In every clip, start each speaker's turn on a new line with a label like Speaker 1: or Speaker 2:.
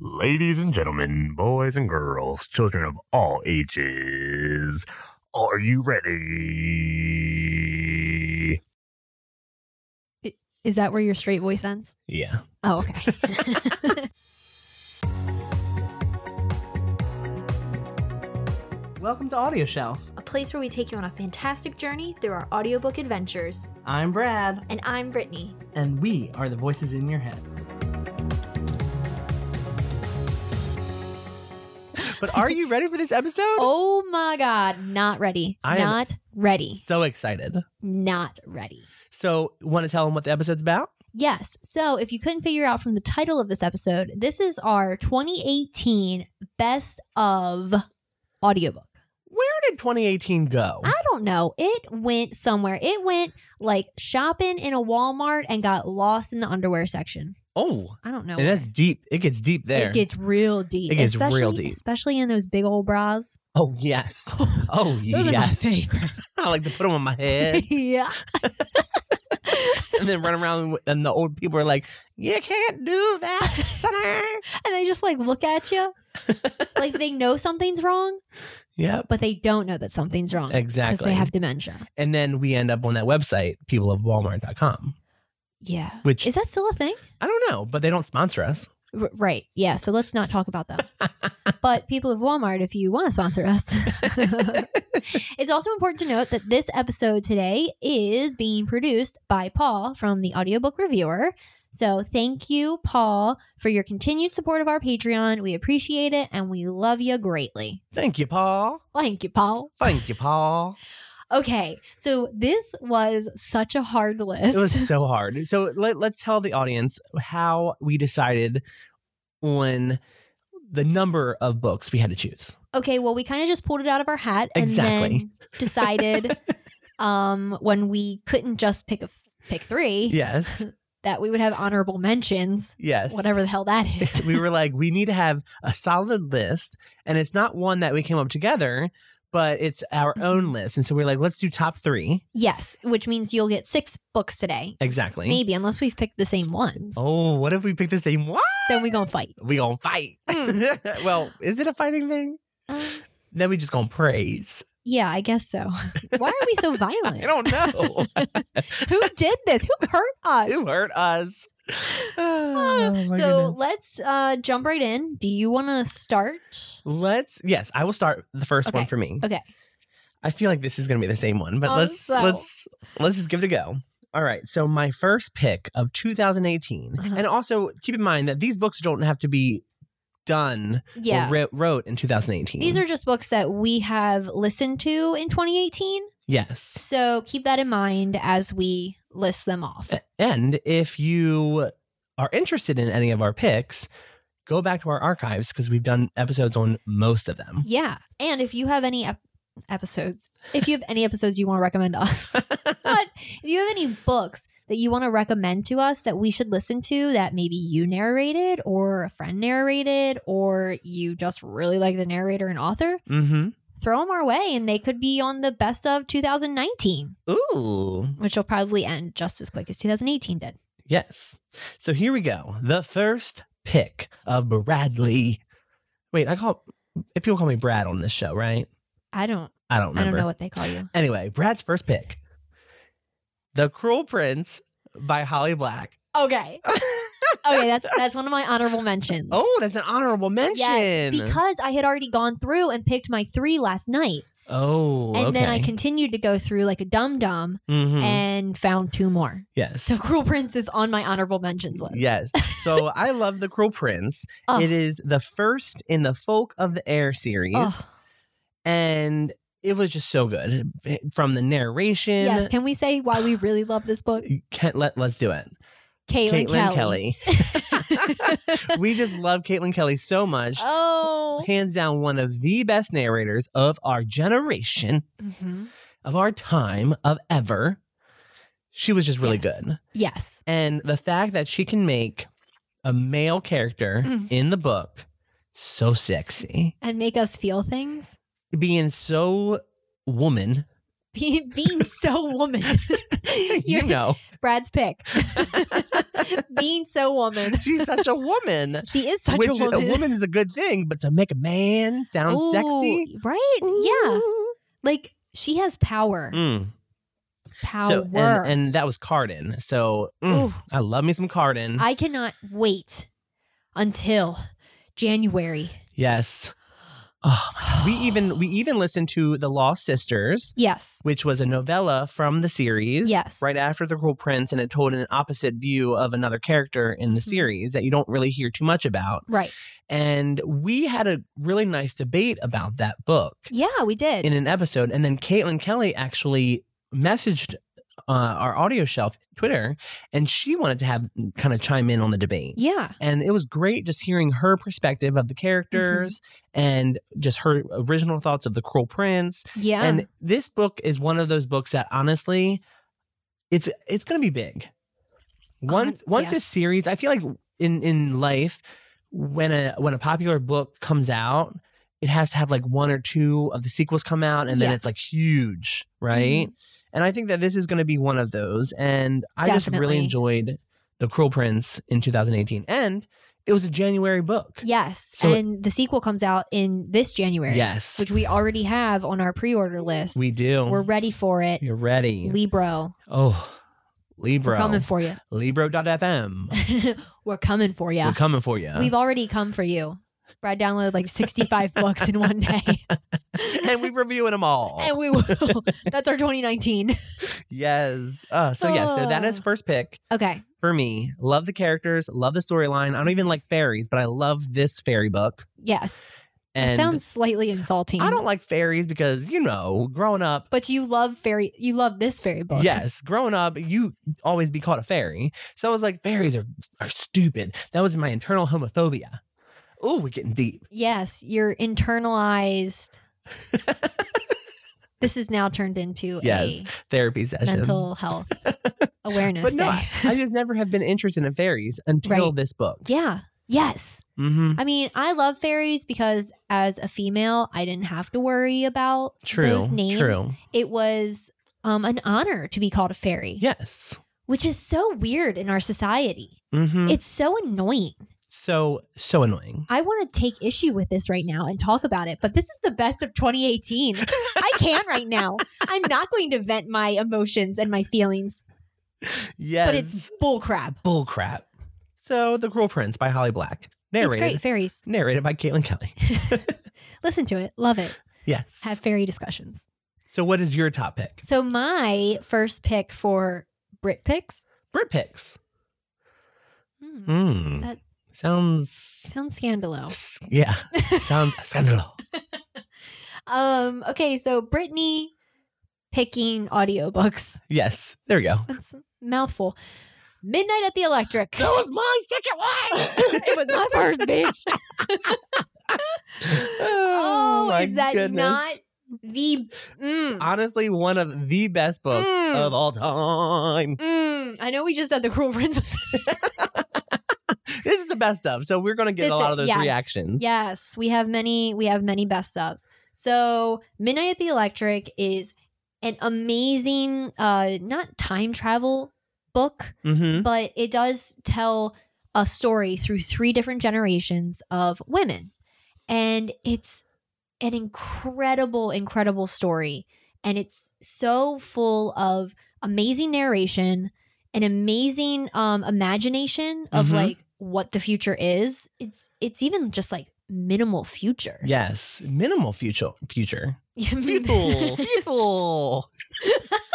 Speaker 1: Ladies and gentlemen, boys and girls, children of all ages, are you ready?
Speaker 2: Is that where your straight voice ends?
Speaker 1: Yeah.
Speaker 2: Oh, okay.
Speaker 3: Welcome to Audio Shelf.
Speaker 4: a place where we take you on a fantastic journey through our audiobook adventures.
Speaker 3: I'm Brad,
Speaker 4: And I'm Brittany.
Speaker 3: and we are the voices in your head. But are you ready for this episode?
Speaker 2: oh my God. Not ready.
Speaker 3: I am-
Speaker 2: not ready.
Speaker 3: So excited.
Speaker 2: Not ready.
Speaker 3: So, want to tell them what the episode's about?
Speaker 2: Yes. So if you couldn't figure out from the title of this episode, this is our 2018 best of audiobook.
Speaker 3: Where did 2018 go?
Speaker 2: I don't know. It went somewhere. It went like shopping in a Walmart and got lost in the underwear section.
Speaker 3: Oh,
Speaker 2: I don't know.
Speaker 3: and that's
Speaker 2: where.
Speaker 3: deep. It gets deep there.
Speaker 2: It gets real deep.
Speaker 3: It gets real
Speaker 2: especially,
Speaker 3: deep.
Speaker 2: Especially in those big old bras.
Speaker 3: oh, yes. Oh,
Speaker 2: Those are my
Speaker 3: yes.
Speaker 2: favorite.
Speaker 3: I like to put them on my head
Speaker 2: yeah.
Speaker 3: and then run around. with- And the old people are like, You can't do that, sonner.
Speaker 2: and they just like look at you like they know something's wrong
Speaker 3: yep.
Speaker 2: but they don't know that something's wrong because
Speaker 3: Exactly.
Speaker 2: they have dementia
Speaker 3: and then we end up on that website, peopleofwalmart.com,
Speaker 2: yeah
Speaker 3: which
Speaker 2: is that still a thing
Speaker 3: I don't know, but they don't sponsor us.
Speaker 2: R- right yeah so let's not talk about them but people of walmart if you want to sponsor us it's also important to note that this episode today is being produced by paul from the audiobook reviewer so thank you paul for your continued support of our patreon we appreciate it and we love you greatly
Speaker 3: Thank you, Paul.
Speaker 2: thank you paul
Speaker 3: Thank you, Paul.
Speaker 2: Okay, so this was such a hard list.
Speaker 3: it was so hard. So let, let's tell the audience how we decided on the number of books we had to choose.
Speaker 2: okay, well, we kind of just pulled it out of our hat and
Speaker 3: Exactly.
Speaker 2: then decided um, when we couldn't just pick a f- pick three
Speaker 3: Yes.
Speaker 2: that we would have honorable mentions,
Speaker 3: Yes.
Speaker 2: whatever the hell that is.
Speaker 3: we were like, we need to have a solid list, and it's not one that we came up together, but it's our
Speaker 2: Mm-hmm.
Speaker 3: own list. And so we're like, let's do top three.
Speaker 2: yes, which means you'll get six books today,
Speaker 3: Exactly.
Speaker 2: maybe, unless we've picked the same ones.
Speaker 3: Oh, what if we pick the same one?
Speaker 2: Then we gonna fight. Hmm.
Speaker 3: We gonna fight. well, is it a fighting thing?
Speaker 2: Um,
Speaker 3: Then we just gonna praise.
Speaker 2: yeah, I guess so. Why are we so violent?
Speaker 3: I don't know.
Speaker 2: Who did this? Who hurt us?
Speaker 3: Who hurt us?
Speaker 2: Uh,
Speaker 3: Oh, my
Speaker 2: so
Speaker 3: goodness.
Speaker 2: let's uh, jump right in. Do you want to start?
Speaker 3: let's yes, I will start the first one
Speaker 2: Okay.
Speaker 3: for me.
Speaker 2: Okay.
Speaker 3: I feel like this is gonna be the same one, but
Speaker 2: Oh,
Speaker 3: let's
Speaker 2: so-
Speaker 3: let's let's just give it a go. All right, so my first pick of 2018,
Speaker 2: Uh-huh.
Speaker 3: and also keep in mind that these books don't have to be done
Speaker 2: Yeah.
Speaker 3: or writ- wrote in 2018.
Speaker 2: These are just books that we have listened to in 2018.
Speaker 3: yes,
Speaker 2: So keep that in mind as we list them off.
Speaker 3: A- And if you are interested in any of our picks, go back to our archives because we've done episodes on most of them.
Speaker 2: Yeah. And if you have any ep- episodes, if you have any episodes you want to recommend to us, but if you have any books that you want to recommend to us that we should listen to that maybe you narrated or a friend narrated or you just really like the narrator and author,
Speaker 3: mm-hmm.
Speaker 2: throw them our way and they could be on the best of 2019
Speaker 3: Ooh,
Speaker 2: which will probably end just as quick as 2018 did
Speaker 3: yes. So here we go. The first pick of Bradley. Wait, I call if people call me Brad on this show, right?
Speaker 2: i don't i
Speaker 3: I don't
Speaker 2: don't
Speaker 3: remember.
Speaker 2: know what they call you
Speaker 3: Anyway, Brad's first pick, "The Cruel Prince" by Holly Black.
Speaker 2: okay okay that's that's one of my honorable mentions
Speaker 3: oh, that's an honorable mention.
Speaker 2: Yes, because I had already gone through and picked my three last night,
Speaker 3: oh,
Speaker 2: and then I
Speaker 3: okay.
Speaker 2: continued to go through like a dum dum
Speaker 3: Mhm.
Speaker 2: and found two more.
Speaker 3: yes.
Speaker 2: So Cruel Prince is on my honorable mentions list.
Speaker 3: Yes. So I love The Cruel Prince.
Speaker 2: Oh.
Speaker 3: It is the first in the Folk of the Air series.
Speaker 2: Oh,
Speaker 3: And it was just so good. From the narration.
Speaker 2: yes, can we say why we really love this book?
Speaker 3: Can- let, us do it.
Speaker 2: Caitlin,
Speaker 3: Caitlin
Speaker 2: Kelly.
Speaker 3: Kelly. we just love Caitlin Kelly so much.
Speaker 2: oh.
Speaker 3: Hands down, one of the best narrators of our generation,
Speaker 2: Mhm.
Speaker 3: of our time, of ever. She was just really
Speaker 2: Yes.
Speaker 3: good.
Speaker 2: Yes.
Speaker 3: And the fact that she can make a male character
Speaker 2: Mm.
Speaker 3: in the book so sexy,
Speaker 2: and make us feel things.
Speaker 3: being so woman
Speaker 2: Be- being so woman.
Speaker 3: you
Speaker 2: You're
Speaker 3: know,
Speaker 2: Brad's pick. being so woman.
Speaker 3: she's such a woman.
Speaker 2: She is such
Speaker 3: which
Speaker 2: a
Speaker 3: is-
Speaker 2: woman.
Speaker 3: is a good thing, but to make a man sound
Speaker 2: Ooh,
Speaker 3: sexy,
Speaker 2: Right? Yeah. Like she has power.
Speaker 3: Mm.
Speaker 2: Power.
Speaker 3: So and, and that was Cardin. So mm,
Speaker 2: Ooh,
Speaker 3: I love me some Cardin.
Speaker 2: I cannot wait until January.
Speaker 3: yes. Oh, we even we even listened to the Lost Sisters,
Speaker 2: Yes.
Speaker 3: which was a novella from the series.
Speaker 2: Yes.
Speaker 3: Right after the Cruel Prince, and it told an opposite view of another character in
Speaker 2: Hmm.
Speaker 3: the series that you don't really hear too much about.
Speaker 2: Right.
Speaker 3: And we had a really nice debate about that book.
Speaker 2: Yeah, we did.
Speaker 3: in an episode, and then Caitlin Kelly actually messaged uh, our audio shelf Twitter, and she wanted to have kind of chime in on the debate.
Speaker 2: yeah. Mm-hmm.
Speaker 3: And it was great just hearing her perspective of the characters and just her original thoughts of the Cruel Prince.
Speaker 2: Yeah.
Speaker 3: And this book is one of those books that honestly, it's it's going to be big. Once once
Speaker 2: yes.
Speaker 3: this series, I feel like in in life, when a when a popular book comes out, it has to have like one or two of the sequels come out, and then
Speaker 2: Yeah.
Speaker 3: it's like huge, right?
Speaker 2: Mm-hmm.
Speaker 3: And I think that this is going to be one of those. And I just
Speaker 2: Definitely.
Speaker 3: really enjoyed the Cruel Prince in 2018, and it was a January book.
Speaker 2: yes.
Speaker 3: So-
Speaker 2: and the sequel comes out in this January.
Speaker 3: Yes,
Speaker 2: Which we already have on our pre order list.
Speaker 3: we do.
Speaker 2: We're ready for it.
Speaker 3: You're ready.
Speaker 2: Libro.
Speaker 3: oh, Libro.
Speaker 2: We're coming for you.
Speaker 3: Libro.fm.
Speaker 2: We're coming for you.
Speaker 3: We're coming for you.
Speaker 2: We've already come for you. Brad downloaded like 65 books in one day.
Speaker 3: and we're reviewing them all.
Speaker 2: and we will. That's our 2019.
Speaker 3: yes. Uh, so, yeah, so that is
Speaker 2: Ah.
Speaker 3: first pick
Speaker 2: Okay.
Speaker 3: for me. Love the characters, love the storyline. I don't even like fairies, but I love this fairy book.
Speaker 2: Yes.
Speaker 3: And
Speaker 2: it sounds slightly insulting.
Speaker 3: I don't like fairies because, you know, growing up,
Speaker 2: But you love fairy. You love this fairy book.
Speaker 3: Yes, growing up, you always be called a fairy. So I was like, fairies are, are stupid. That was my internal homophobia. Oh, we're getting deep.
Speaker 2: Yes. You're internalized. this is now turned into
Speaker 3: Yes, Therapy
Speaker 2: a
Speaker 3: session.
Speaker 2: mental health awareness
Speaker 3: but no,
Speaker 2: day.
Speaker 3: I, I just never have been interested in fairies until
Speaker 2: Right.
Speaker 3: this book.
Speaker 2: yeah. Yes.
Speaker 3: Mm-hmm.
Speaker 2: I mean, I love fairies because as a female, I didn't have to worry about
Speaker 3: True.
Speaker 2: those names.
Speaker 3: True.
Speaker 2: It was um, an honor to be called a fairy,
Speaker 3: Yes.
Speaker 2: which is so weird in our society.
Speaker 3: Mm-hmm.
Speaker 2: It's so annoying.
Speaker 3: so so annoying.
Speaker 2: I want to take issue with this right now and talk about it, but this is the best of 2018. I can right now. I'm not going to vent my emotions and my feelings,
Speaker 3: Yes.
Speaker 2: but it's bullcrap.
Speaker 3: bull crap. So The Cruel Prince by Holly Black.
Speaker 2: It's
Speaker 3: Narrated
Speaker 2: great fairies.
Speaker 3: narrated by Caitlin Kelly.
Speaker 2: Listen to it. Love it.
Speaker 3: Yes.
Speaker 2: Have fairy discussions.
Speaker 3: so what is your top pick?
Speaker 2: So my first pick for Brit picks.
Speaker 3: Brit picks.
Speaker 2: Hmm,
Speaker 3: Hmm.
Speaker 2: That-
Speaker 3: Sounds
Speaker 2: Sounds scandalo.
Speaker 3: s- yeah. Sounds scandal.
Speaker 2: Um. Okay. So Brittany picking audiobooks.
Speaker 3: Yes. There we go.
Speaker 2: That's a mouthful. Midnight at the Electric.
Speaker 3: That was my second one.
Speaker 2: it was my first bitch.
Speaker 3: oh,
Speaker 2: Oh,
Speaker 3: my
Speaker 2: is that
Speaker 3: goodness.
Speaker 2: not the? Mm,
Speaker 3: honestly one of the best books
Speaker 2: Mm.
Speaker 3: of all time?
Speaker 2: mm, I know we just said the cruel prince.
Speaker 3: This is the best of. So we're gonna get
Speaker 2: This
Speaker 3: a lot
Speaker 2: is-
Speaker 3: of those
Speaker 2: yes.
Speaker 3: reactions.
Speaker 2: yes, we have many. We have many best subs. So Midnight at the Electric is an amazing, uh, not time travel book,
Speaker 3: Mm-hmm.
Speaker 2: but it does tell a story through three different generations of women. And it's an incredible, incredible story. And it's so full of amazing narration, an amazing um, imagination of
Speaker 3: Mhm.
Speaker 2: like what the future is. It's it's even just like minimal future.
Speaker 3: Yes. Minimal future future.
Speaker 2: Yeah.
Speaker 3: Futile. Futile.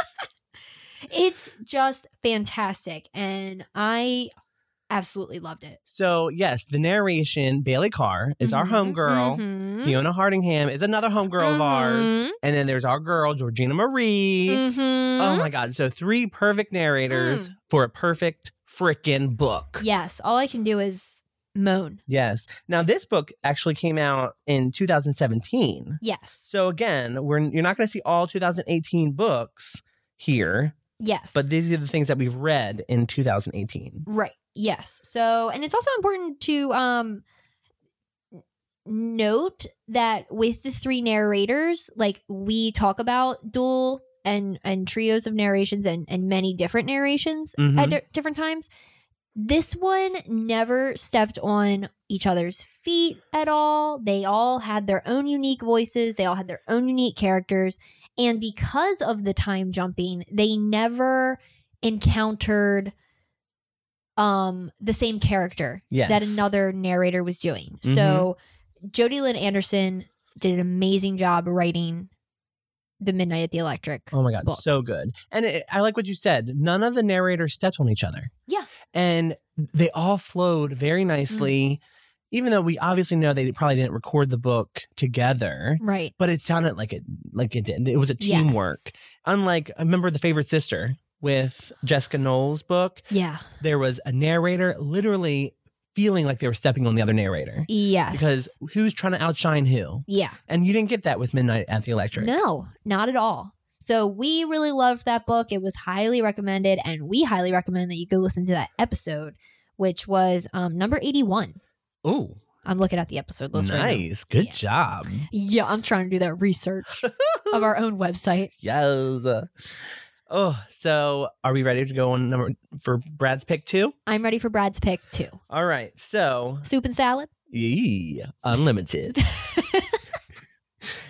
Speaker 2: it's just fantastic. And I absolutely loved it.
Speaker 3: So yes, the narration, Bailey Carr is our
Speaker 2: Mhm,
Speaker 3: homegirl.
Speaker 2: mhm.
Speaker 3: Fiona Hardingham is another homegirl of ours.
Speaker 2: Mhm,
Speaker 3: And then there's our girl, Georgina Marie.
Speaker 2: mhm.
Speaker 3: Oh my God. So three perfect narrators
Speaker 2: Mm.
Speaker 3: for a perfect freaking book.
Speaker 2: Yes, all I can do is moan.
Speaker 3: Yes. Now this book actually came out in 2017.
Speaker 2: Yes.
Speaker 3: So again, we're you're not going to see all 2018 books here,
Speaker 2: Yes.
Speaker 3: but these are the things that we've read in 2018.
Speaker 2: right. Yes. So, and it's also important to um note that with the three narrators, like we talk about dual and and trios of narrations and and many different narrations at di- different times. This one never stepped on each other's feet at all. They all had their own unique voices, they all had their own unique characters. And because of the time jumping, they never encountered um the same character
Speaker 3: Yes. Mm-hmm.
Speaker 2: that another narrator was doing. So Jodie Lynn Anderson did an amazing job writing The Midnight at the Electric.
Speaker 3: Oh my god,
Speaker 2: book.
Speaker 3: so good. And it, I like what you said. None of the narrators stepped on each other.
Speaker 2: Yeah. Mm-hmm.
Speaker 3: And they all flowed very nicely. Even though we obviously know they probably didn't record the book together,
Speaker 2: Right.
Speaker 3: but it sounded like it like it did. It was a teamwork.
Speaker 2: Yes.
Speaker 3: Unlike I remember the favorite sister with Jessica Knowles' book,
Speaker 2: Yeah.
Speaker 3: there was a narrator literally feeling like they were stepping on the other narrator.
Speaker 2: Yes.
Speaker 3: Because who's trying to outshine who?
Speaker 2: yeah.
Speaker 3: And you didn't get that with Midnight at the Electric.
Speaker 2: No, not at all. So we really loved that book. It was highly recommended, and we highly recommend that you go listen to that episode, which was um, number eighty-one.
Speaker 3: Ooh,
Speaker 2: I'm looking at the episode list right now.
Speaker 3: nice. Good
Speaker 2: Yeah.
Speaker 3: job.
Speaker 2: Yeah, I'm trying to do that research of our own website.
Speaker 3: Yes. Oh, so are we ready to go on number for Brad's pick two?
Speaker 2: I'm ready for Brad's pick too.
Speaker 3: All right. So,
Speaker 2: Soup and salad.
Speaker 3: yee, unlimited.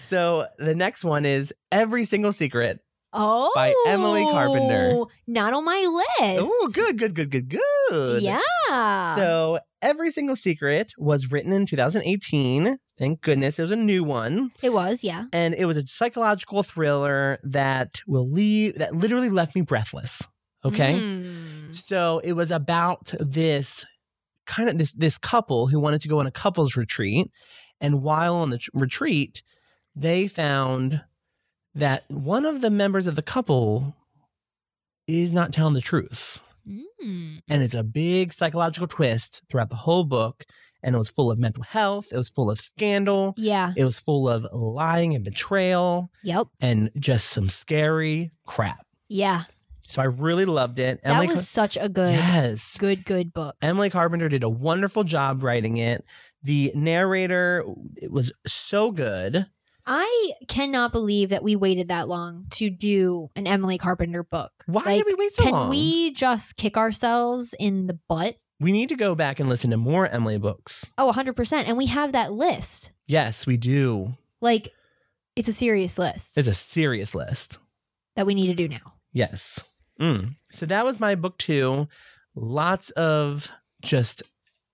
Speaker 3: so the next one is Every Single Secret.
Speaker 2: Oh,
Speaker 3: Emily Carpenter.
Speaker 2: Not on my list.
Speaker 3: Oh, good, good, good, good, good.
Speaker 2: Yeah.
Speaker 3: So Every Single Secret was written in 2018. Thank goodness it was a new one.
Speaker 2: it was. Yeah.
Speaker 3: And it was a psychological thriller that will leave, that literally left me breathless. Okay.
Speaker 2: Mm.
Speaker 3: So it was about this kind of this this couple who wanted to go on a couples retreat, and while on the tr- retreat, they found that one of the members of the couple is not telling the truth,
Speaker 2: Mm.
Speaker 3: and it's a big psychological twist throughout the whole book. And it was full of mental health. It was full of scandal.
Speaker 2: Yeah.
Speaker 3: It was full of lying and betrayal,
Speaker 2: Yep.
Speaker 3: and just some scary crap.
Speaker 2: Yeah.
Speaker 3: So I really loved it.
Speaker 2: that was such a good,
Speaker 3: yes,
Speaker 2: good, good book.
Speaker 3: Emily Carpenter did a wonderful job writing it. The narrator it was so good.
Speaker 2: I cannot believe that we waited that long to do an Emily Carpenter book.
Speaker 3: Why
Speaker 2: Like,
Speaker 3: did we wait so
Speaker 2: can
Speaker 3: long?
Speaker 2: we just kick ourselves in the butt?
Speaker 3: We need to go back and listen to more Emily books.
Speaker 2: Oh, 100%. And we have that list.
Speaker 3: Yes, we do.
Speaker 2: Like, it's a serious list
Speaker 3: It's a serious list.
Speaker 2: that we need to do now.
Speaker 3: Yes. Mm. So that was my book two. Lots of just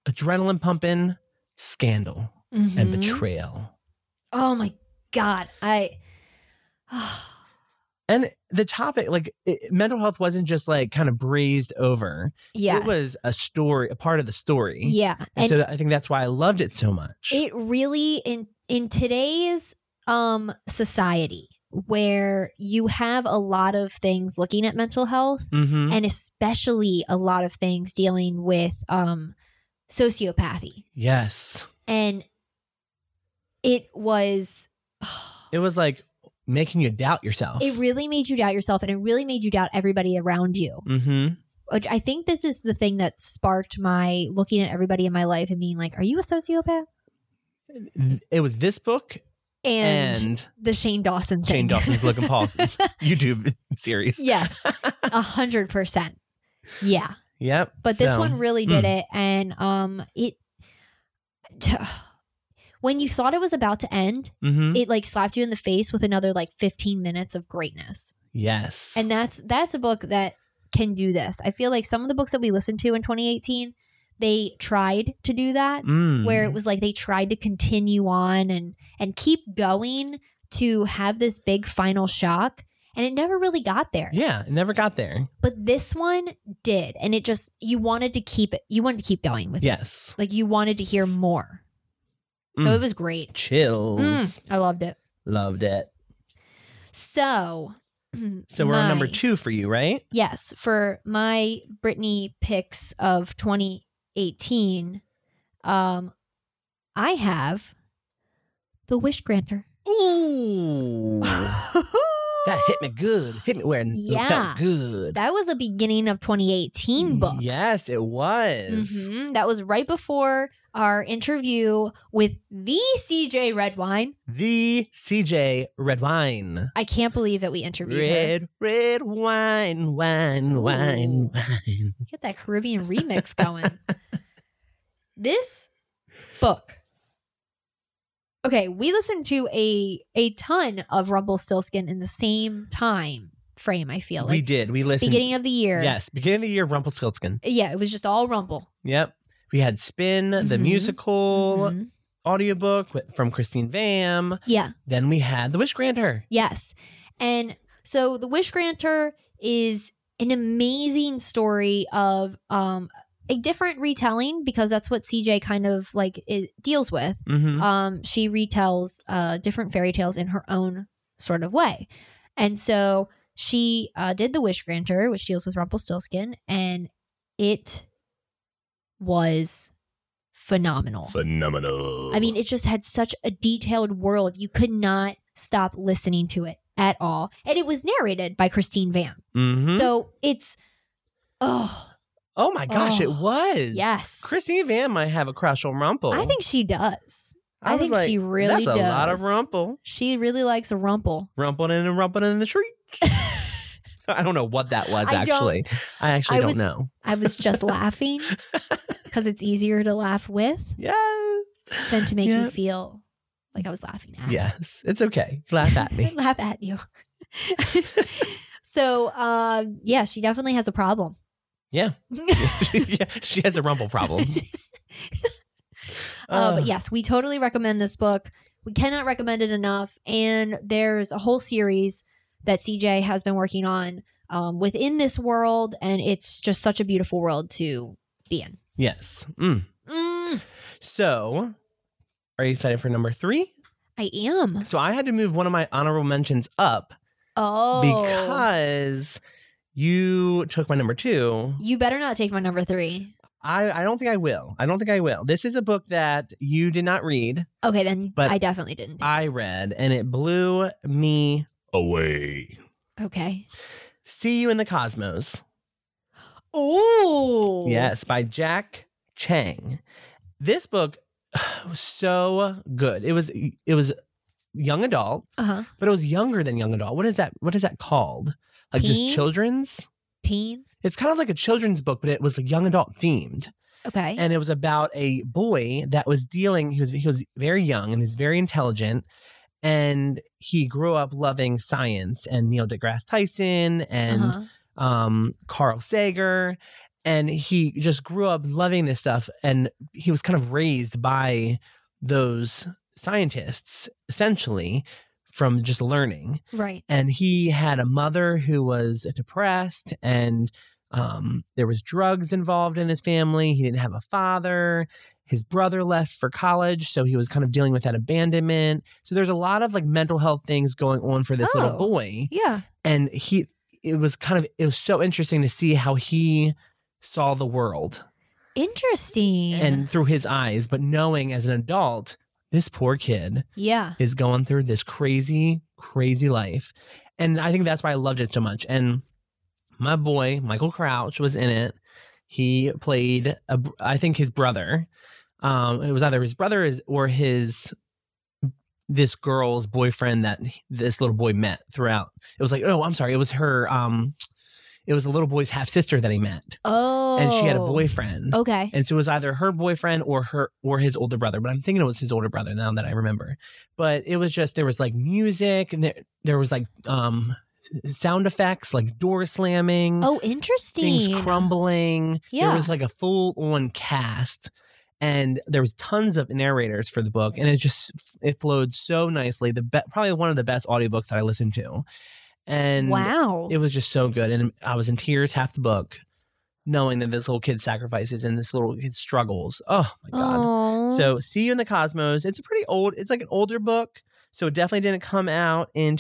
Speaker 3: adrenaline pumping, scandal, and
Speaker 2: Mhm.
Speaker 3: betrayal.
Speaker 2: Oh my God. I.
Speaker 3: And the topic, like it, mental health, wasn't just like kind of breezed over.
Speaker 2: yes.
Speaker 3: It was a story, a part of the story.
Speaker 2: Yeah.
Speaker 3: And,
Speaker 2: And
Speaker 3: so I think that's why I loved it so much.
Speaker 2: it really in in today's um society where you have a lot of things looking at mental health
Speaker 3: mm-hmm.
Speaker 2: and especially a lot of things dealing with um, sociopathy.
Speaker 3: Yes.
Speaker 2: And it was,
Speaker 3: It was like making you doubt yourself.
Speaker 2: it really made you doubt yourself and it really made you doubt everybody around you.
Speaker 3: mm-hmm.
Speaker 2: Which I think this is the thing that sparked my looking at everybody in my life and being like, are you a sociopath?
Speaker 3: It was this book
Speaker 2: And,
Speaker 3: and,
Speaker 2: the Shane Dawson thing.
Speaker 3: Shane Dawson's Logan Paul's YouTube series.
Speaker 2: yes, a hundred percent. Yeah.
Speaker 3: Yep.
Speaker 2: but this
Speaker 3: So, hmm.
Speaker 2: one really did it and um it when you thought it was about to end
Speaker 3: mhm.
Speaker 2: it like slapped you in the face with another like 15 minutes of greatness
Speaker 3: Yes.
Speaker 2: and that's that's a book that can do this i feel like some of the books that we listened to in 2018 they tried to do that
Speaker 3: Mm.
Speaker 2: where it was like they tried to continue on and and keep going to have this big final shock and it never really got there
Speaker 3: Yeah, it never got there.
Speaker 2: but this one did and it just you wanted to keep it you wanted to keep going with it
Speaker 3: Yes.
Speaker 2: like you wanted to hear more so
Speaker 3: Mm.
Speaker 2: it was great
Speaker 3: Chills.
Speaker 2: Mm, i loved it
Speaker 3: Loved it.
Speaker 2: so
Speaker 3: So we're on number
Speaker 2: my-
Speaker 3: two for you, right?
Speaker 2: yes for my Britney picks of 2018 um i have the wish granter
Speaker 3: Ooh. that hit me good. Hit me where it
Speaker 2: Yeah.
Speaker 3: felt good.
Speaker 2: that was a beginning of 2018 book Mm-hmm.
Speaker 3: Yes, it was.
Speaker 2: Mhm. That was right before our interview with the CJ Redwine.
Speaker 3: The CJ Red Wine.
Speaker 2: I can't believe that we interviewed her.
Speaker 3: Red, red wine, wine, wine,
Speaker 2: Ooh.
Speaker 3: wine.
Speaker 2: Get that Caribbean remix going. this book. Okay, we listened to a a ton of Rumble Stillskin in the same time frame, I feel like.
Speaker 3: we did. We listened.
Speaker 2: Beginning of the year.
Speaker 3: Yes, beginning of the year, Rumpelstiltskin.
Speaker 2: Yeah, it was just all Rumble.
Speaker 3: Yep. We had Spin, the
Speaker 2: Mhm.
Speaker 3: musical
Speaker 2: Mhm.
Speaker 3: audiobook wi- from Christine Vam.
Speaker 2: Yeah.
Speaker 3: Then we had The Wish Granter.
Speaker 2: Yes. And so the Wish Granter is an amazing story of um a different retelling because that's what CJ kind of like it deals with.
Speaker 3: Mm-hmm.
Speaker 2: Um she retells uh different fairy tales in her own sort of way. And so she uh, did the Wish Granter, which deals with Rumpelstiltskin, and it was phenomenal.
Speaker 1: Phenomenal.
Speaker 2: I mean, it just had such a detailed world. You could not stop listening to it at all. And it was narrated by Christine Van.
Speaker 3: mm-hmm.
Speaker 2: Oh, So it's, oh,
Speaker 3: oh my gosh, it
Speaker 2: Oh,
Speaker 3: was.
Speaker 2: yes.
Speaker 3: Christine Van might have a crush on Rumple.
Speaker 2: I think she does. I
Speaker 3: was
Speaker 2: think she really
Speaker 3: That's a lot of
Speaker 2: does.
Speaker 3: Rumple.
Speaker 2: She really likes a rumple.
Speaker 3: Rumpling and rumpling in the tree. so I don't know what that was
Speaker 2: I don't-
Speaker 3: actually. I actually
Speaker 2: I
Speaker 3: don't
Speaker 2: was-
Speaker 3: know.
Speaker 2: I was just laughing because it's easier to laugh with
Speaker 3: Yes.
Speaker 2: than to make
Speaker 3: Yeah.
Speaker 2: you feel like I was laughing at.
Speaker 3: Yes. It's okay. Laugh at me.
Speaker 2: laugh at you. so, um, yeah, she definitely has a problem.
Speaker 3: Yeah. yeah, she has a rumple problem.
Speaker 2: Uh,
Speaker 3: Uh,
Speaker 2: but yes, we totally recommend this book. We cannot recommend it enough. And there's a whole series that CJ has been working on um, within this world, and it's just such a beautiful world to be in.
Speaker 3: Yes. Mm.
Speaker 2: Mm,
Speaker 3: So, are you excited for number three?
Speaker 2: I am.
Speaker 3: So I had to move one of my honorable mentions up
Speaker 2: Oh,
Speaker 3: because you took my number two.
Speaker 2: you better not take my number three.
Speaker 3: I, I don't think I will. I don't think I will. This is a book that you did not read.
Speaker 2: Okay, then
Speaker 3: But
Speaker 2: I definitely didn't.
Speaker 3: I read, and it blew me
Speaker 1: away.
Speaker 2: okay.
Speaker 3: See You in the Cosmos.
Speaker 2: Oh,
Speaker 3: Yes, by Jack Chang. This book was so good. It was it was young adult,
Speaker 2: Uh huh.
Speaker 3: but it was younger than young adult. What is that? What is that called? Like
Speaker 2: Teen?
Speaker 3: just children's?
Speaker 2: Teen.
Speaker 3: It's kind of like a children's book, but it was young adult themed.
Speaker 2: Okay.
Speaker 3: and it was about a boy that was dealing he was he was very young and he's very intelligent and he grew up loving science and Neil deGrasse Tyson and
Speaker 2: Uh-huh.
Speaker 3: um, Carl Sager. And he just grew up loving this stuff. And he was kind of raised by those scientists, essentially, from just learning.
Speaker 2: Right.
Speaker 3: And he had a mother who was depressed, and um, there was drugs involved in his family. He didn't have a father. His brother left for college, so he was kind of dealing with that abandonment. So there's a lot of like mental health things going on for this little
Speaker 2: Oh.
Speaker 3: boy
Speaker 2: Yeah.
Speaker 3: and he it was kind of it was so interesting to see how he saw the world
Speaker 2: Interesting.
Speaker 3: and through his eyes but knowing as an adult this poor kid
Speaker 2: yeah.
Speaker 3: is going through this crazy crazy life and i think that's why i loved it so much and my boy michael crouch was in it he played a br- I think his brother um it was either his brother is- or his this girl's boyfriend that he- this little boy met throughout it was like oh i'm sorry it was her um it was a little boy's half sister that he met
Speaker 2: Oh.
Speaker 3: and she had a boyfriend
Speaker 2: Okay.
Speaker 3: and so it was either her boyfriend or her or his older brother, but I'm thinking it was his older brother now that I remember. But it was just there was like music and there there was like um s- sound effects like door slamming,
Speaker 2: Oh, interesting.
Speaker 3: Mm. things crumbling.
Speaker 2: Yeah.
Speaker 3: There was like a full on cast and there was tons of narrators for the book and it just it flowed so nicely. The be- probably one of the best audiobooks that I listened to. And
Speaker 2: wow.
Speaker 3: it was just so good and i was in tears half the book knowing that this little kid sacrifices and this little kid struggles oh my god
Speaker 2: Aw.
Speaker 3: so see you in the cosmos it's a pretty old it's like an older book so it definitely didn't come out in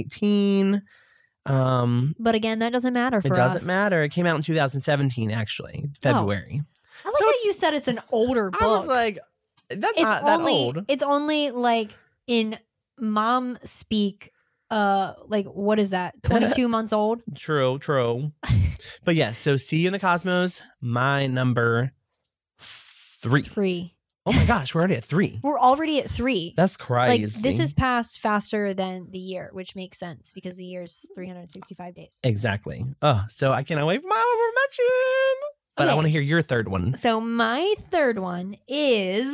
Speaker 3: 2018 um
Speaker 2: but again, that doesn't matter for
Speaker 3: it doesn't
Speaker 2: us.
Speaker 3: matter it came out in 2017 actually february
Speaker 2: I like
Speaker 3: So
Speaker 2: how
Speaker 3: it's-
Speaker 2: you said it's an older book.
Speaker 3: i was like that's
Speaker 2: it's
Speaker 3: not
Speaker 2: only
Speaker 3: that old
Speaker 2: it's only like in mom speak. Uh, like what is that? Twenty two months old.
Speaker 3: true true but yeah so see you in the cosmos my number three
Speaker 2: Free.
Speaker 3: Oh my gosh, we're already at three.
Speaker 2: We're already at three.
Speaker 3: That's crazy.
Speaker 2: like this is passed faster than the year, which makes sense because the year is 365 days.
Speaker 3: exactly. Oh, so I cannot wait for my overmatching. But I
Speaker 2: Okay.
Speaker 3: want to hear your third one.
Speaker 2: So my third one is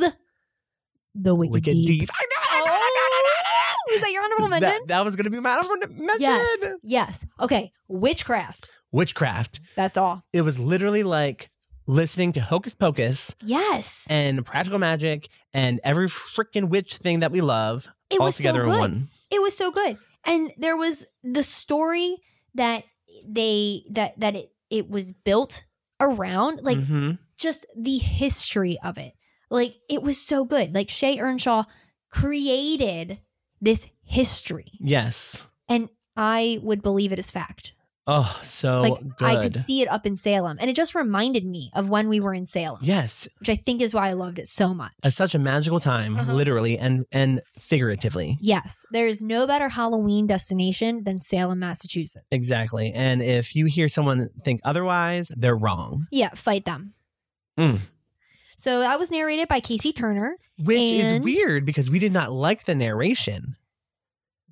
Speaker 2: the Wicked,
Speaker 3: Wicked
Speaker 2: Deep.
Speaker 3: Deep. I know. I know, I know, I know, I know.
Speaker 2: Was Oh. that your honorable
Speaker 3: That-
Speaker 2: mention?
Speaker 3: That, was going to be my honorable mention.
Speaker 2: yes. Yes. Okay. Witchcraft.
Speaker 3: Witchcraft.
Speaker 2: That's all.
Speaker 3: It was literally like listening to Hocus Pocus
Speaker 2: Yes.
Speaker 3: and Practical Magic and every freaking witch thing that we love
Speaker 2: It
Speaker 3: all
Speaker 2: was so
Speaker 3: together
Speaker 2: good.
Speaker 3: in one.
Speaker 2: It was so good. And there was the story that they that that it it was built around like
Speaker 3: Mhm.
Speaker 2: just the history of it. Like it was so good. Like Shay Earnshaw created this history.
Speaker 3: yes.
Speaker 2: I would believe it as fact.
Speaker 3: Oh, so
Speaker 2: like
Speaker 3: good.
Speaker 2: I could see it up in Salem, and it just reminded me of when we were in Salem,
Speaker 3: yes,
Speaker 2: which I think is why I loved it so much.
Speaker 3: at such a magical time,
Speaker 2: Uh-huh.
Speaker 3: literally and and figuratively.
Speaker 2: Yes, there is no better Halloween destination than Salem, Massachusetts.
Speaker 3: Exactly. And if you hear someone think otherwise, they're wrong.
Speaker 2: Yeah, fight them.
Speaker 3: Mm.
Speaker 2: So that was narrated by Casey Turner.
Speaker 3: Which is
Speaker 2: And-
Speaker 3: weird because we did not like the narration.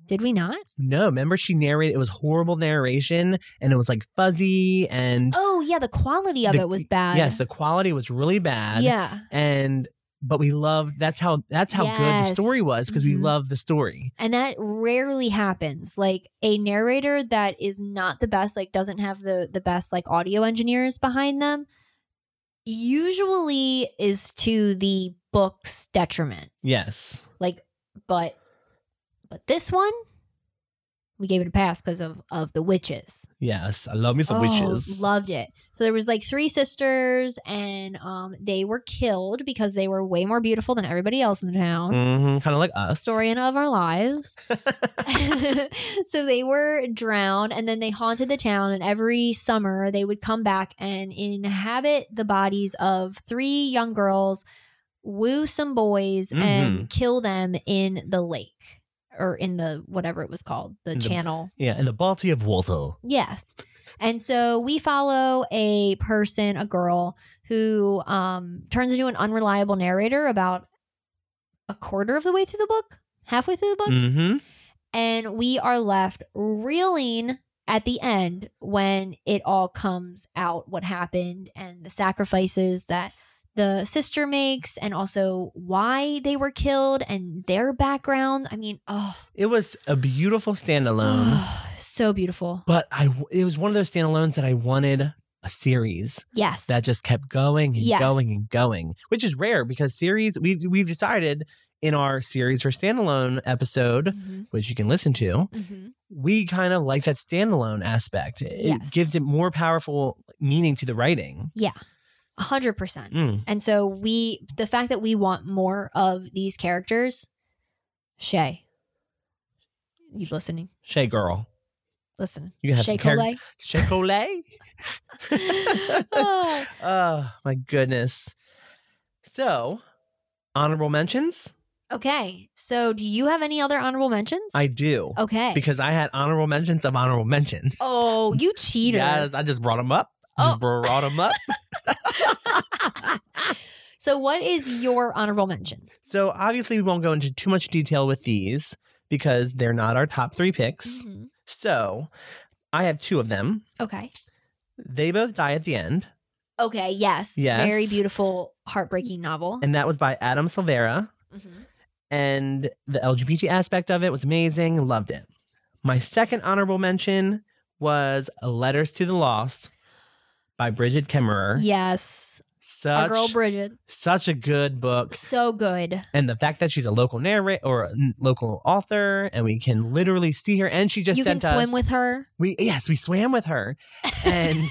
Speaker 2: Did we not?
Speaker 3: No, remember she narrated it was horrible narration and it was like fuzzy and
Speaker 2: Oh yeah, the quality of
Speaker 3: The-
Speaker 2: it was bad.
Speaker 3: yes, the quality was really bad.
Speaker 2: Oh, Yeah,
Speaker 3: And but we loved that's how that's how good the
Speaker 2: Yes.
Speaker 3: story was because we
Speaker 2: Mhm.
Speaker 3: loved the story.
Speaker 2: and that rarely happens. Like a narrator that is not the best, like doesn't have the the best like audio engineers behind them, usually is to the book's detriment.
Speaker 3: Yes.
Speaker 2: but but this one we gave it a pass because of of the witches.
Speaker 3: Yes. I love me
Speaker 2: Oh,
Speaker 3: some witches.
Speaker 2: loved it. So there was like three sisters, and um, they were killed because they were way more beautiful than everybody else in the town.
Speaker 3: hmm Kind of like us.
Speaker 2: Story of our lives. so they were drowned, and then they haunted the town. And every summer, they would come back and inhabit the bodies of three young girls, woo some boys,
Speaker 3: Mm-hmm.
Speaker 2: and kill them in the lake or in the whatever it was called, the
Speaker 3: In the-
Speaker 2: channel.
Speaker 3: Yeah, and the Balti of Walthall.
Speaker 2: Yes. And so we follow a person, a girl, who um, turns into an unreliable narrator about a quarter of the way through the book, halfway through the book
Speaker 3: Mm-hmm.
Speaker 2: and we are left reeling at the end when it all comes out what happened and the sacrifices that the sister makes and also why they were killed and their background i mean oh,
Speaker 3: It was a beautiful standalone,
Speaker 2: so beautiful
Speaker 3: but I w- it was one of those standalones that I wanted a series
Speaker 2: yes
Speaker 3: that just kept going and
Speaker 2: Yes.
Speaker 3: going and going, which is rare because series we've we've decided in our series for standalone episode,
Speaker 2: Mhm,
Speaker 3: which you can listen to,
Speaker 2: mhm.
Speaker 3: we kind of like that standalone aspect. It
Speaker 2: Yes.
Speaker 3: gives it more powerful meaning to the writing.
Speaker 2: yeah 100%
Speaker 3: Mm.
Speaker 2: and so we the fact that we want more of these characters shay you listening
Speaker 3: Shay girl,
Speaker 2: listen
Speaker 3: you have
Speaker 2: shay
Speaker 3: some character.
Speaker 2: Coley.
Speaker 3: Shay Coley.
Speaker 2: Ah.
Speaker 3: Oh my goodness. So, honorable mentions?
Speaker 2: Okay. So, do you have any other honorable mentions?
Speaker 3: I do.
Speaker 2: okay.
Speaker 3: Because I had honorable mentions of honorable mentions.
Speaker 2: oh, you cheater!
Speaker 3: Yes, I just brought them up. I Just brought them up.
Speaker 2: So, what is your honorable mention?
Speaker 3: so, obviously, we won't go into too much detail with these because they're not our top three picks.
Speaker 2: Mhm.
Speaker 3: So, I have two of them.
Speaker 2: Okay.
Speaker 3: They both die at the end,
Speaker 2: Okay. Yes.
Speaker 3: Yes.
Speaker 2: Very beautiful, heartbreaking novel.
Speaker 3: and that was by Adam Silvera.
Speaker 2: Mhm.
Speaker 3: and the LGBT aspect of it was amazing. Loved it. My second honorable mention was Letters to the Lost by Bridget Kemmerer.
Speaker 2: Yes. Our
Speaker 3: Such,
Speaker 2: girl Bridget.
Speaker 3: such a good book.
Speaker 2: So good.
Speaker 3: And the fact that she's a local narrator or a n- local author, and we can literally see her. And she just
Speaker 2: you can
Speaker 3: sent
Speaker 2: swim
Speaker 3: us.
Speaker 2: with her.
Speaker 3: we yes, we swam with her, and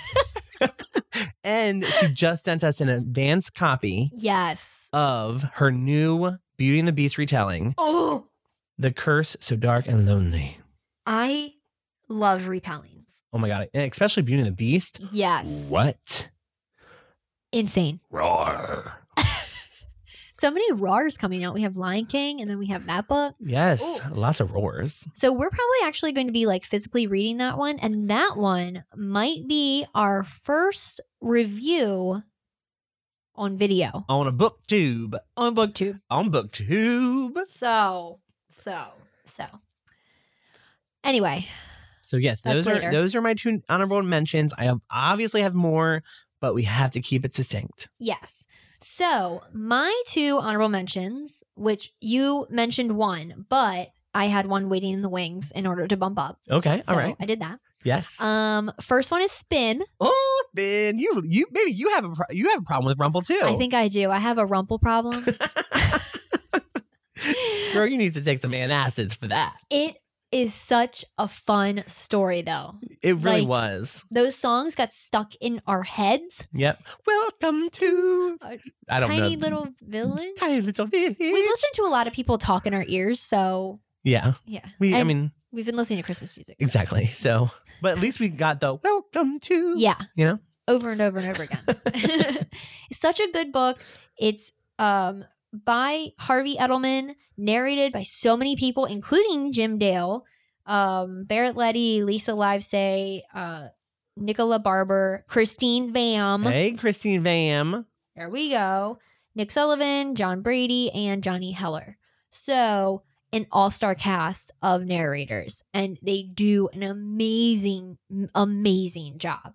Speaker 3: and she just sent us an advanced copy
Speaker 2: Yes.
Speaker 3: of her new Beauty and the Beast retelling,
Speaker 2: Oh,
Speaker 3: The Curse So Dark and Lonely.
Speaker 2: I love repellings.
Speaker 3: Oh my god! And especially Beauty and the Beast.
Speaker 2: Yes.
Speaker 3: What?
Speaker 2: Insane.
Speaker 1: Roar.
Speaker 2: So many rars coming out. We have Lion King, and then we have that book.
Speaker 3: Yes,
Speaker 2: Ooh.
Speaker 3: lots of roars.
Speaker 2: So we're probably actually going to be like physically reading that one. And that one might be our first review on video
Speaker 3: on a booktube.
Speaker 2: on BookTube.
Speaker 3: On booktube.
Speaker 2: So, so, so. Anyway,
Speaker 3: So yes,
Speaker 2: That's
Speaker 3: those are
Speaker 2: later.
Speaker 3: those are my two honorable mentions. I have, obviously have more, but we have to keep it succinct.
Speaker 2: yes. So, my two honorable mentions, which you mentioned one, but I had one waiting in the wings in order to bump up.
Speaker 3: Okay.
Speaker 2: So,
Speaker 3: all right.
Speaker 2: I did that.
Speaker 3: Yes.
Speaker 2: Um, first one is Spin.
Speaker 3: oh, Ben, you you maybe you have a pro- you have a problem with Rumble too.
Speaker 2: I think I do. I have a rumple problem.
Speaker 3: Girl, you need to take some antacids for that.
Speaker 2: it is such a fun story, though.
Speaker 3: It really
Speaker 2: Like-
Speaker 3: was.
Speaker 2: Those songs got stuck in our heads.
Speaker 3: Yep. Welcome to
Speaker 2: Uh,
Speaker 3: I don't
Speaker 2: Tiny
Speaker 3: know.
Speaker 2: little villain.
Speaker 3: tiny little village.
Speaker 2: We listen to a lot of people talk in our ears, so
Speaker 3: yeah.
Speaker 2: yeah.
Speaker 3: We I
Speaker 2: And
Speaker 3: mean
Speaker 2: we've been listening to Christmas music
Speaker 3: exactly. So, but at least we got the welcome to.
Speaker 2: Yeah.
Speaker 3: You know?
Speaker 2: Over and over and over again. it's such a good book. It's um by Harvey Edelman, narrated by so many people, including Jim Dale, um, Barrett Letty, Lisa Livesay, uh, Nicola Barber, Christine Vam.
Speaker 3: Hey, Christine Vam.
Speaker 2: There we go. Nick Sullivan, John Brady, and Johnny Heller. So, an all star cast of narrators, and they do an amazing, amazing job.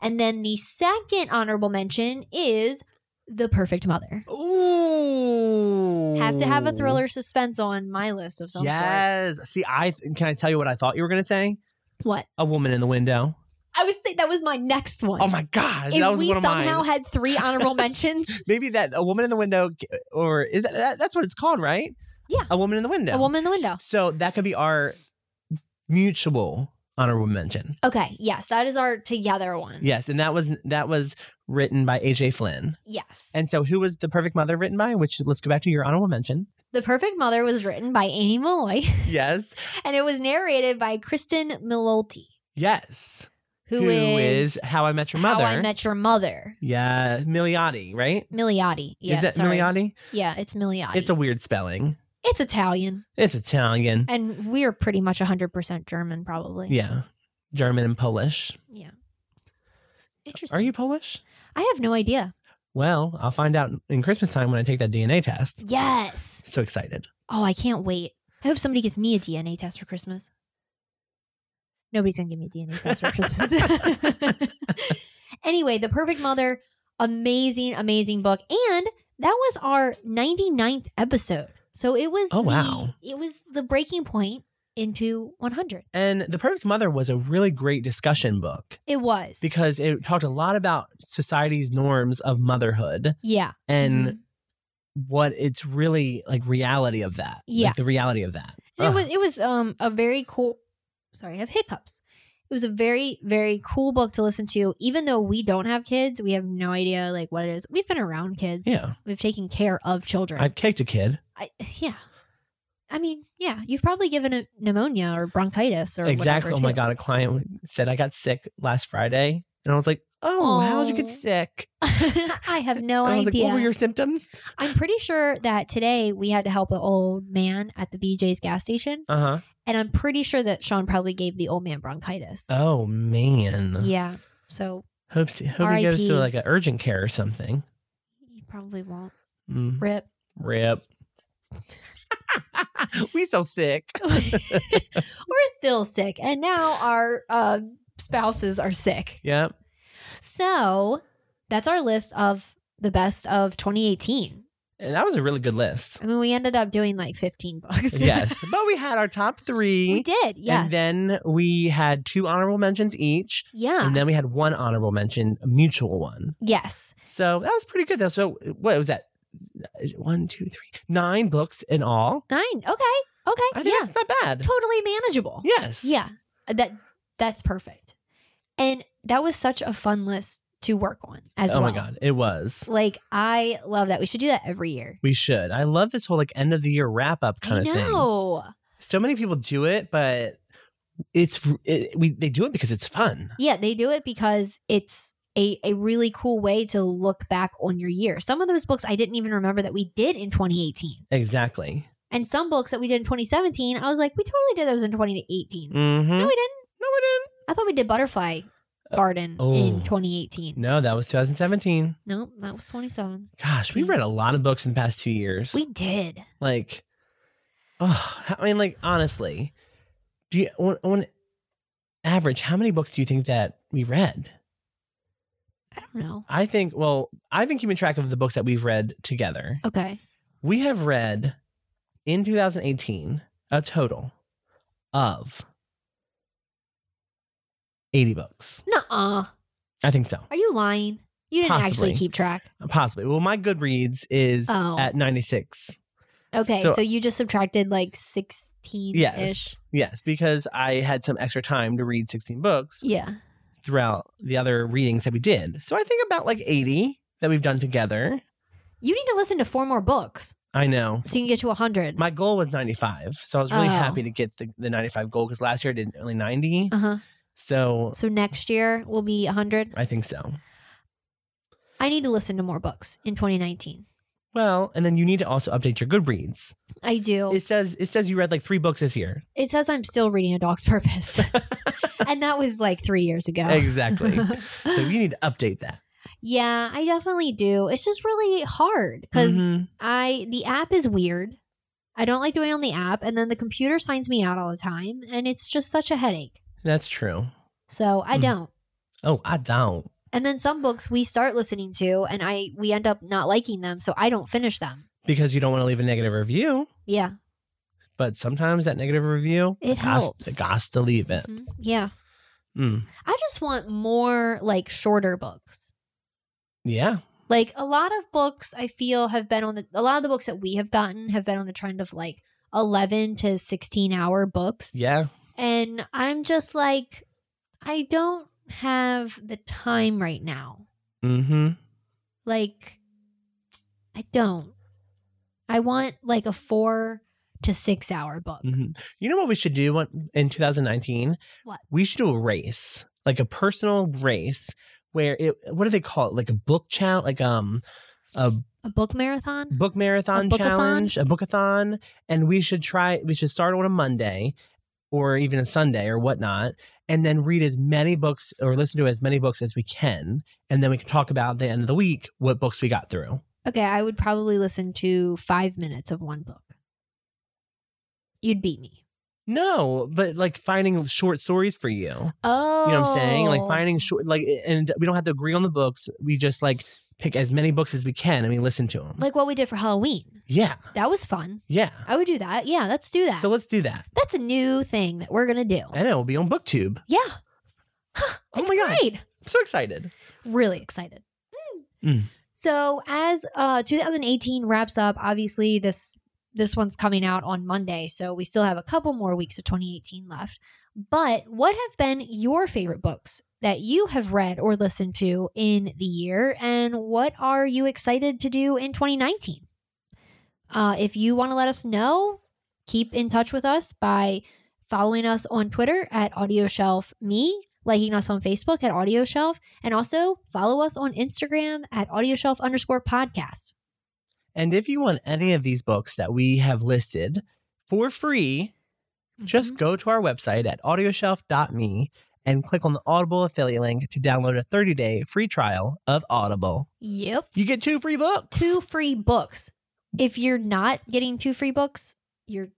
Speaker 2: And then the second honorable mention is The Perfect Mother.
Speaker 3: Ooh.
Speaker 2: Have to have a thriller suspense on my list of some sort.
Speaker 3: Yes. See, I can I tell you what I thought you were going to say?
Speaker 2: What?
Speaker 3: A woman in the window.
Speaker 2: I was think that was my next one.
Speaker 3: Oh my god, that
Speaker 2: If
Speaker 3: was
Speaker 2: we
Speaker 3: one of
Speaker 2: somehow
Speaker 3: mine.
Speaker 2: had three honorable mentions,
Speaker 3: Maybe that a woman in the window, or is that, that that's what it's called, right?
Speaker 2: Yeah.
Speaker 3: a woman in the window.
Speaker 2: a woman in the window.
Speaker 3: So that could be our mutual honorable mention.
Speaker 2: Okay, yes, that is our together one.
Speaker 3: Yes, and that was that was written by AJ Flynn.
Speaker 2: Yes.
Speaker 3: And so, who was the perfect mother written by? Which let's go back to your honorable mention.
Speaker 2: The Perfect Mother was written by Amy Malloy
Speaker 3: Yes,
Speaker 2: and it was narrated by Kristen Milotti,
Speaker 3: yes.
Speaker 2: who is,
Speaker 3: How I Met Your
Speaker 2: How
Speaker 3: Mother?
Speaker 2: I Met Your Mother.
Speaker 3: yeah, Milioti, right?
Speaker 2: Miliotti. Yeah,
Speaker 3: is that
Speaker 2: sorry.
Speaker 3: Milioti?
Speaker 2: Yeah, it's Miliotti.
Speaker 3: It's a weird spelling.
Speaker 2: it's Italian,
Speaker 3: It's Italian.
Speaker 2: and we're pretty much hundred percent German, probably.
Speaker 3: Yeah, German and Polish.
Speaker 2: yeah. Interesting.
Speaker 3: Are you Polish?
Speaker 2: I have no idea.
Speaker 3: Well, I'll find out in Christmas time when I take that DNA test.
Speaker 2: Yes.
Speaker 3: So excited.
Speaker 2: Oh, I can't wait. I hope somebody gets me a DNA test for Christmas. Nobody's gonna give me a DNA test for Christmas. anyway, The Perfect Mother, amazing, amazing book. And that was our 99th episode. So it was
Speaker 3: Oh,
Speaker 2: the-
Speaker 3: wow.
Speaker 2: it was the breaking point into 100.
Speaker 3: And The Perfect Mother was a really great discussion book
Speaker 2: It was.
Speaker 3: because it talked a lot about society's norms of motherhood
Speaker 2: yeah.
Speaker 3: and
Speaker 2: Mhm.
Speaker 3: what it's really like reality of that.
Speaker 2: Yeah.
Speaker 3: Like the reality of that.
Speaker 2: And
Speaker 3: Ugh.
Speaker 2: it was it was um a very cool sorry, I have hiccups. It was a very, very cool book to listen to. Even though we don't have kids, we have no idea like what it is. We've been around kids.
Speaker 3: yeah.
Speaker 2: We've taken care of children.
Speaker 3: I've kicked a kid.
Speaker 2: I, yeah. I mean, yeah, you've probably given a pneumonia or bronchitis or
Speaker 3: Exactly.
Speaker 2: Whatever,
Speaker 3: Oh my
Speaker 2: too.
Speaker 3: God. A client said, I got sick last Friday. And I was like, Oh, how'd you
Speaker 2: Aw.
Speaker 3: get sick?
Speaker 2: I have no
Speaker 3: and I was
Speaker 2: idea.
Speaker 3: like, What were your symptoms?
Speaker 2: I'm pretty sure that today we had to help an old man at the BJ's gas station,
Speaker 3: Uh huh.
Speaker 2: and I'm pretty sure that Sean probably gave the old man bronchitis.
Speaker 3: Oh, man.
Speaker 2: yeah, so
Speaker 3: Hope, hope he goes to
Speaker 2: RIP.
Speaker 3: like an urgent care or something.
Speaker 2: he probably won't.
Speaker 3: Mm.
Speaker 2: Rip.
Speaker 3: Rip. we so sick.
Speaker 2: We're still sick, and now our uh, spouses are sick.
Speaker 3: Yep.
Speaker 2: So that's our list of the best of 2018.
Speaker 3: And that was a really good list.
Speaker 2: I mean, we ended up doing like 15 books.
Speaker 3: yes. But we had our top three.
Speaker 2: we did. Yeah.
Speaker 3: And then we had two honorable mentions each.
Speaker 2: yeah.
Speaker 3: And then we had one honorable mention, a mutual one.
Speaker 2: yes.
Speaker 3: So that was pretty good though. So what was that? One, two, three, nine books in all.
Speaker 2: Nine. Okay. Okay.
Speaker 3: I think
Speaker 2: yeah.
Speaker 3: that's not bad.
Speaker 2: Totally manageable.
Speaker 3: Yes.
Speaker 2: Yeah. That that's perfect. And that was such a fun list to work on as
Speaker 3: oh
Speaker 2: well.
Speaker 3: my god, it was.
Speaker 2: Like I love that. We should do that every year.
Speaker 3: We should. I love this whole like end of the year wrap up kind
Speaker 2: I
Speaker 3: of thing.
Speaker 2: know.
Speaker 3: so many people do it, but it's it, we they do it because it's fun.
Speaker 2: Yeah, they do it because it's a, a really cool way to look back on your year. Some of those books I didn't even remember that we did in 2018.
Speaker 3: Exactly.
Speaker 2: And some books that we did in 2017, I was like, we totally did those in 2018.
Speaker 3: Mm-hmm.
Speaker 2: No, we didn't.
Speaker 3: No, we didn't.
Speaker 2: I thought we did Butterfly Garden
Speaker 3: oh.
Speaker 2: in 2018.
Speaker 3: No, that was 2017.
Speaker 2: No, that was 27.
Speaker 3: Gosh, we read a lot of books in the past two years.
Speaker 2: Mm. We did.
Speaker 3: like, oh, I mean, like honestly, do you on, on average how many books do you think that we read?
Speaker 2: I don't know.
Speaker 3: I think. Well, I've been keeping track of the books that we've read together.
Speaker 2: Okay.
Speaker 3: We have read in 2018 a total of 80 books.
Speaker 2: Nuh-uh.
Speaker 3: I think so.
Speaker 2: Are you lying? You didn't
Speaker 3: Possibly.
Speaker 2: actually keep track.
Speaker 3: Possibly. Well, my Goodreads is
Speaker 2: Oh.
Speaker 3: at 96.
Speaker 2: Okay,
Speaker 3: So-
Speaker 2: so, you just subtracted like 16 ish.
Speaker 3: Yes. Yes, because I had some extra time to read 16 books
Speaker 2: Yeah.
Speaker 3: throughout the other readings that we did. So I think about like 80 that we've done together.
Speaker 2: You need to listen to four more books
Speaker 3: I know.
Speaker 2: so you can get to 100.
Speaker 3: My goal was 95. So I was really
Speaker 2: Oh.
Speaker 3: happy to get the, the 95 goal because last year I did only 90.
Speaker 2: uh huh.
Speaker 3: So
Speaker 2: So next year will be 100.
Speaker 3: I think so.
Speaker 2: I need to listen to more books in 2019.
Speaker 3: Well, and then you need to also update your Goodreads.
Speaker 2: I do.
Speaker 3: It says it says you read like three books this year.
Speaker 2: it says I'm still reading A Dog's Purpose. and that was like three years ago.
Speaker 3: Exactly. so you need to update that.
Speaker 2: yeah, I definitely do. It's just really hard because
Speaker 3: Mhm.
Speaker 2: I the app is weird. I don't like doing it on the app, and then the computer signs me out all the time, and it's just such a headache.
Speaker 3: that's true.
Speaker 2: So I
Speaker 3: Mm.
Speaker 2: don't.
Speaker 3: Oh, I don't.
Speaker 2: And then some books we start listening to, and I we end up not liking them, so I don't finish them.
Speaker 3: because you don't want to leave a negative review.
Speaker 2: Yeah,
Speaker 3: But sometimes that negative review,
Speaker 2: It helps.
Speaker 3: Gots to leave it.
Speaker 2: Mhm. yeah.
Speaker 3: Mm.
Speaker 2: I just want more like shorter books.
Speaker 3: Yeah,
Speaker 2: Like a lot of books, I feel have been on the a lot of the books that we have gotten have been on the trend of like eleven to sixteen hour books.
Speaker 3: yeah.
Speaker 2: And I'm just like, I don't have the time right now.
Speaker 3: Mm-hmm.
Speaker 2: Like, I don't. I want like a four to six hour book.
Speaker 3: hmm You know what we should do on- in 2019?
Speaker 2: What?
Speaker 3: We should do a race, like a personal race, where it. What do they call it? Like a book challenge, like um, a
Speaker 2: A book marathon?
Speaker 3: book marathon
Speaker 2: bookathon?
Speaker 3: challenge, a bookathon, and we should try. We should start on a Monday, or even a Sunday, or whatnot, and then read as many books or listen to as many books as we can, and then we can talk about at the end of the week what books we got through.
Speaker 2: Okay, I would probably listen to five minutes of one book. You'd beat me.
Speaker 3: No, but like finding short stories for you. You know
Speaker 2: Oh.
Speaker 3: what I'm saying? Like finding short, like, and we don't have to agree on the books. We just like pick as many books as we can and we listen to them.
Speaker 2: Like what we did for Halloween.
Speaker 3: yeah,
Speaker 2: That was fun.
Speaker 3: yeah.
Speaker 2: I would do that. Yeah, let's do that.
Speaker 3: So let's do that.
Speaker 2: That's a new thing that we're going to do.
Speaker 3: And it will be on BookTube.
Speaker 2: Yeah.
Speaker 3: Oh
Speaker 2: It's
Speaker 3: my God.
Speaker 2: great.
Speaker 3: I'm so excited.
Speaker 2: Really excited.
Speaker 3: Mm.
Speaker 2: So as uh 2018 wraps up, obviously this this one's coming out on Monday, so we still have a couple more weeks of 2018 left. But what have been your favorite books that you have read or listened to in the year and what are you excited to do in 2019? Uh, if you want to let us know, keep in touch with us by following us on Twitter at AudioShelf Me, liking us on Facebook at AudioShelf, and also follow us on Instagram at AudioShelf underscore podcast.
Speaker 3: And if you want any of these books that we have listed for free,
Speaker 2: Mm-hmm.
Speaker 3: just go to our website at audioshelf.me and click on the Audible affiliate link to download a 30 day free trial of Audible.
Speaker 2: yep,
Speaker 3: You get two free books.
Speaker 2: two free books. If you're not getting two free books, you're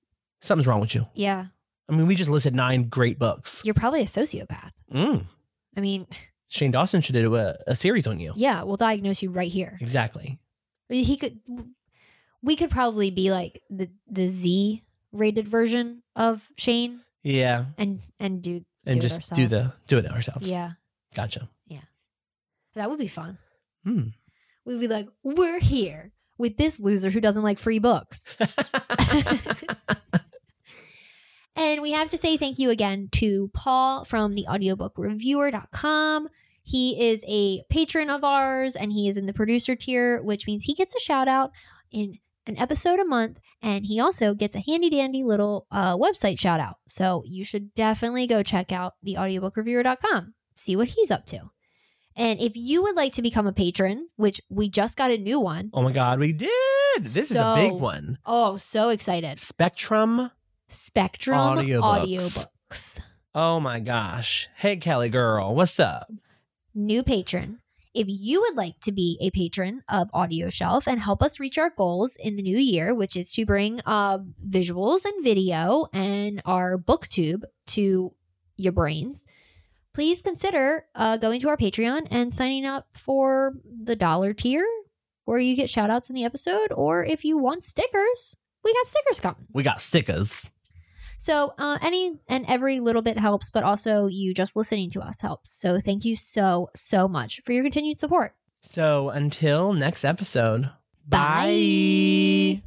Speaker 3: Something's wrong with you.
Speaker 2: yeah,
Speaker 3: I mean, we just listed nine great books.
Speaker 2: you're probably a sociopath.
Speaker 3: Mm.
Speaker 2: I mean,
Speaker 3: Shane Dawson should do a, a series on you.
Speaker 2: yeah, we'll diagnose you right here.
Speaker 3: Exactly.
Speaker 2: He could, we could probably be like the the Z rated version of Shane
Speaker 3: Yeah.
Speaker 2: and and do
Speaker 3: And
Speaker 2: Do it
Speaker 3: just do the
Speaker 2: ourselves.
Speaker 3: do it ourselves.
Speaker 2: yeah.
Speaker 3: Gotcha.
Speaker 2: That would be fun.
Speaker 3: Hmm.
Speaker 2: We'd be like, we're here with this loser who doesn't like free books. And we have to say thank you again to Paul from the audiobookreviewer.com. He is a patron of ours and he is in the producer tier, which means he gets a shout out in an episode a month. And he also gets a handy dandy little uh, website shout out. So you should definitely go check out the audiobookreviewer.com, see what he's up to. And if you would like to become a patron, which we just got a new one,
Speaker 3: oh my God, we did. This is a big
Speaker 2: So-
Speaker 3: one.
Speaker 2: oh, so excited.
Speaker 3: Spectrum
Speaker 2: Spectrum
Speaker 3: Audiobooks.
Speaker 2: audiobooks.
Speaker 3: Oh my gosh. Hey, Kelly girl, what's up?
Speaker 2: new patron. If you would like to be a patron of Audio Shelf and help us reach our goals in the new year, which is to bring uh, visuals and video and our booktube to your brains, please consider uh, going to our Patreon and signing up for the dollar tier where you get shout outs in the episode. Or if you want stickers, we got stickers coming.
Speaker 3: We got stickers.
Speaker 2: So uh, any and every little bit helps, but also you just listening to us helps. So thank you so so much for your continued support.
Speaker 3: So until next episode,
Speaker 2: Bye.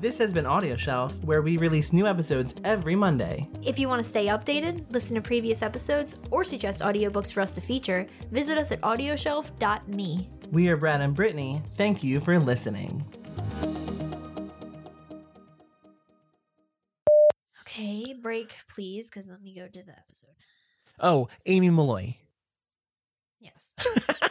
Speaker 5: This has been Audio Shelf, where we release new episodes every Monday.
Speaker 4: If you want to stay updated, listen to previous episodes, or suggest audiobooks for us to feature, visit us at audioshelf.me.
Speaker 5: We are Brad and Brittany. Thank you for listening.
Speaker 4: Okay, break, please, because let me go to the episode.
Speaker 3: Oh, Amy Malloy.
Speaker 4: Yes.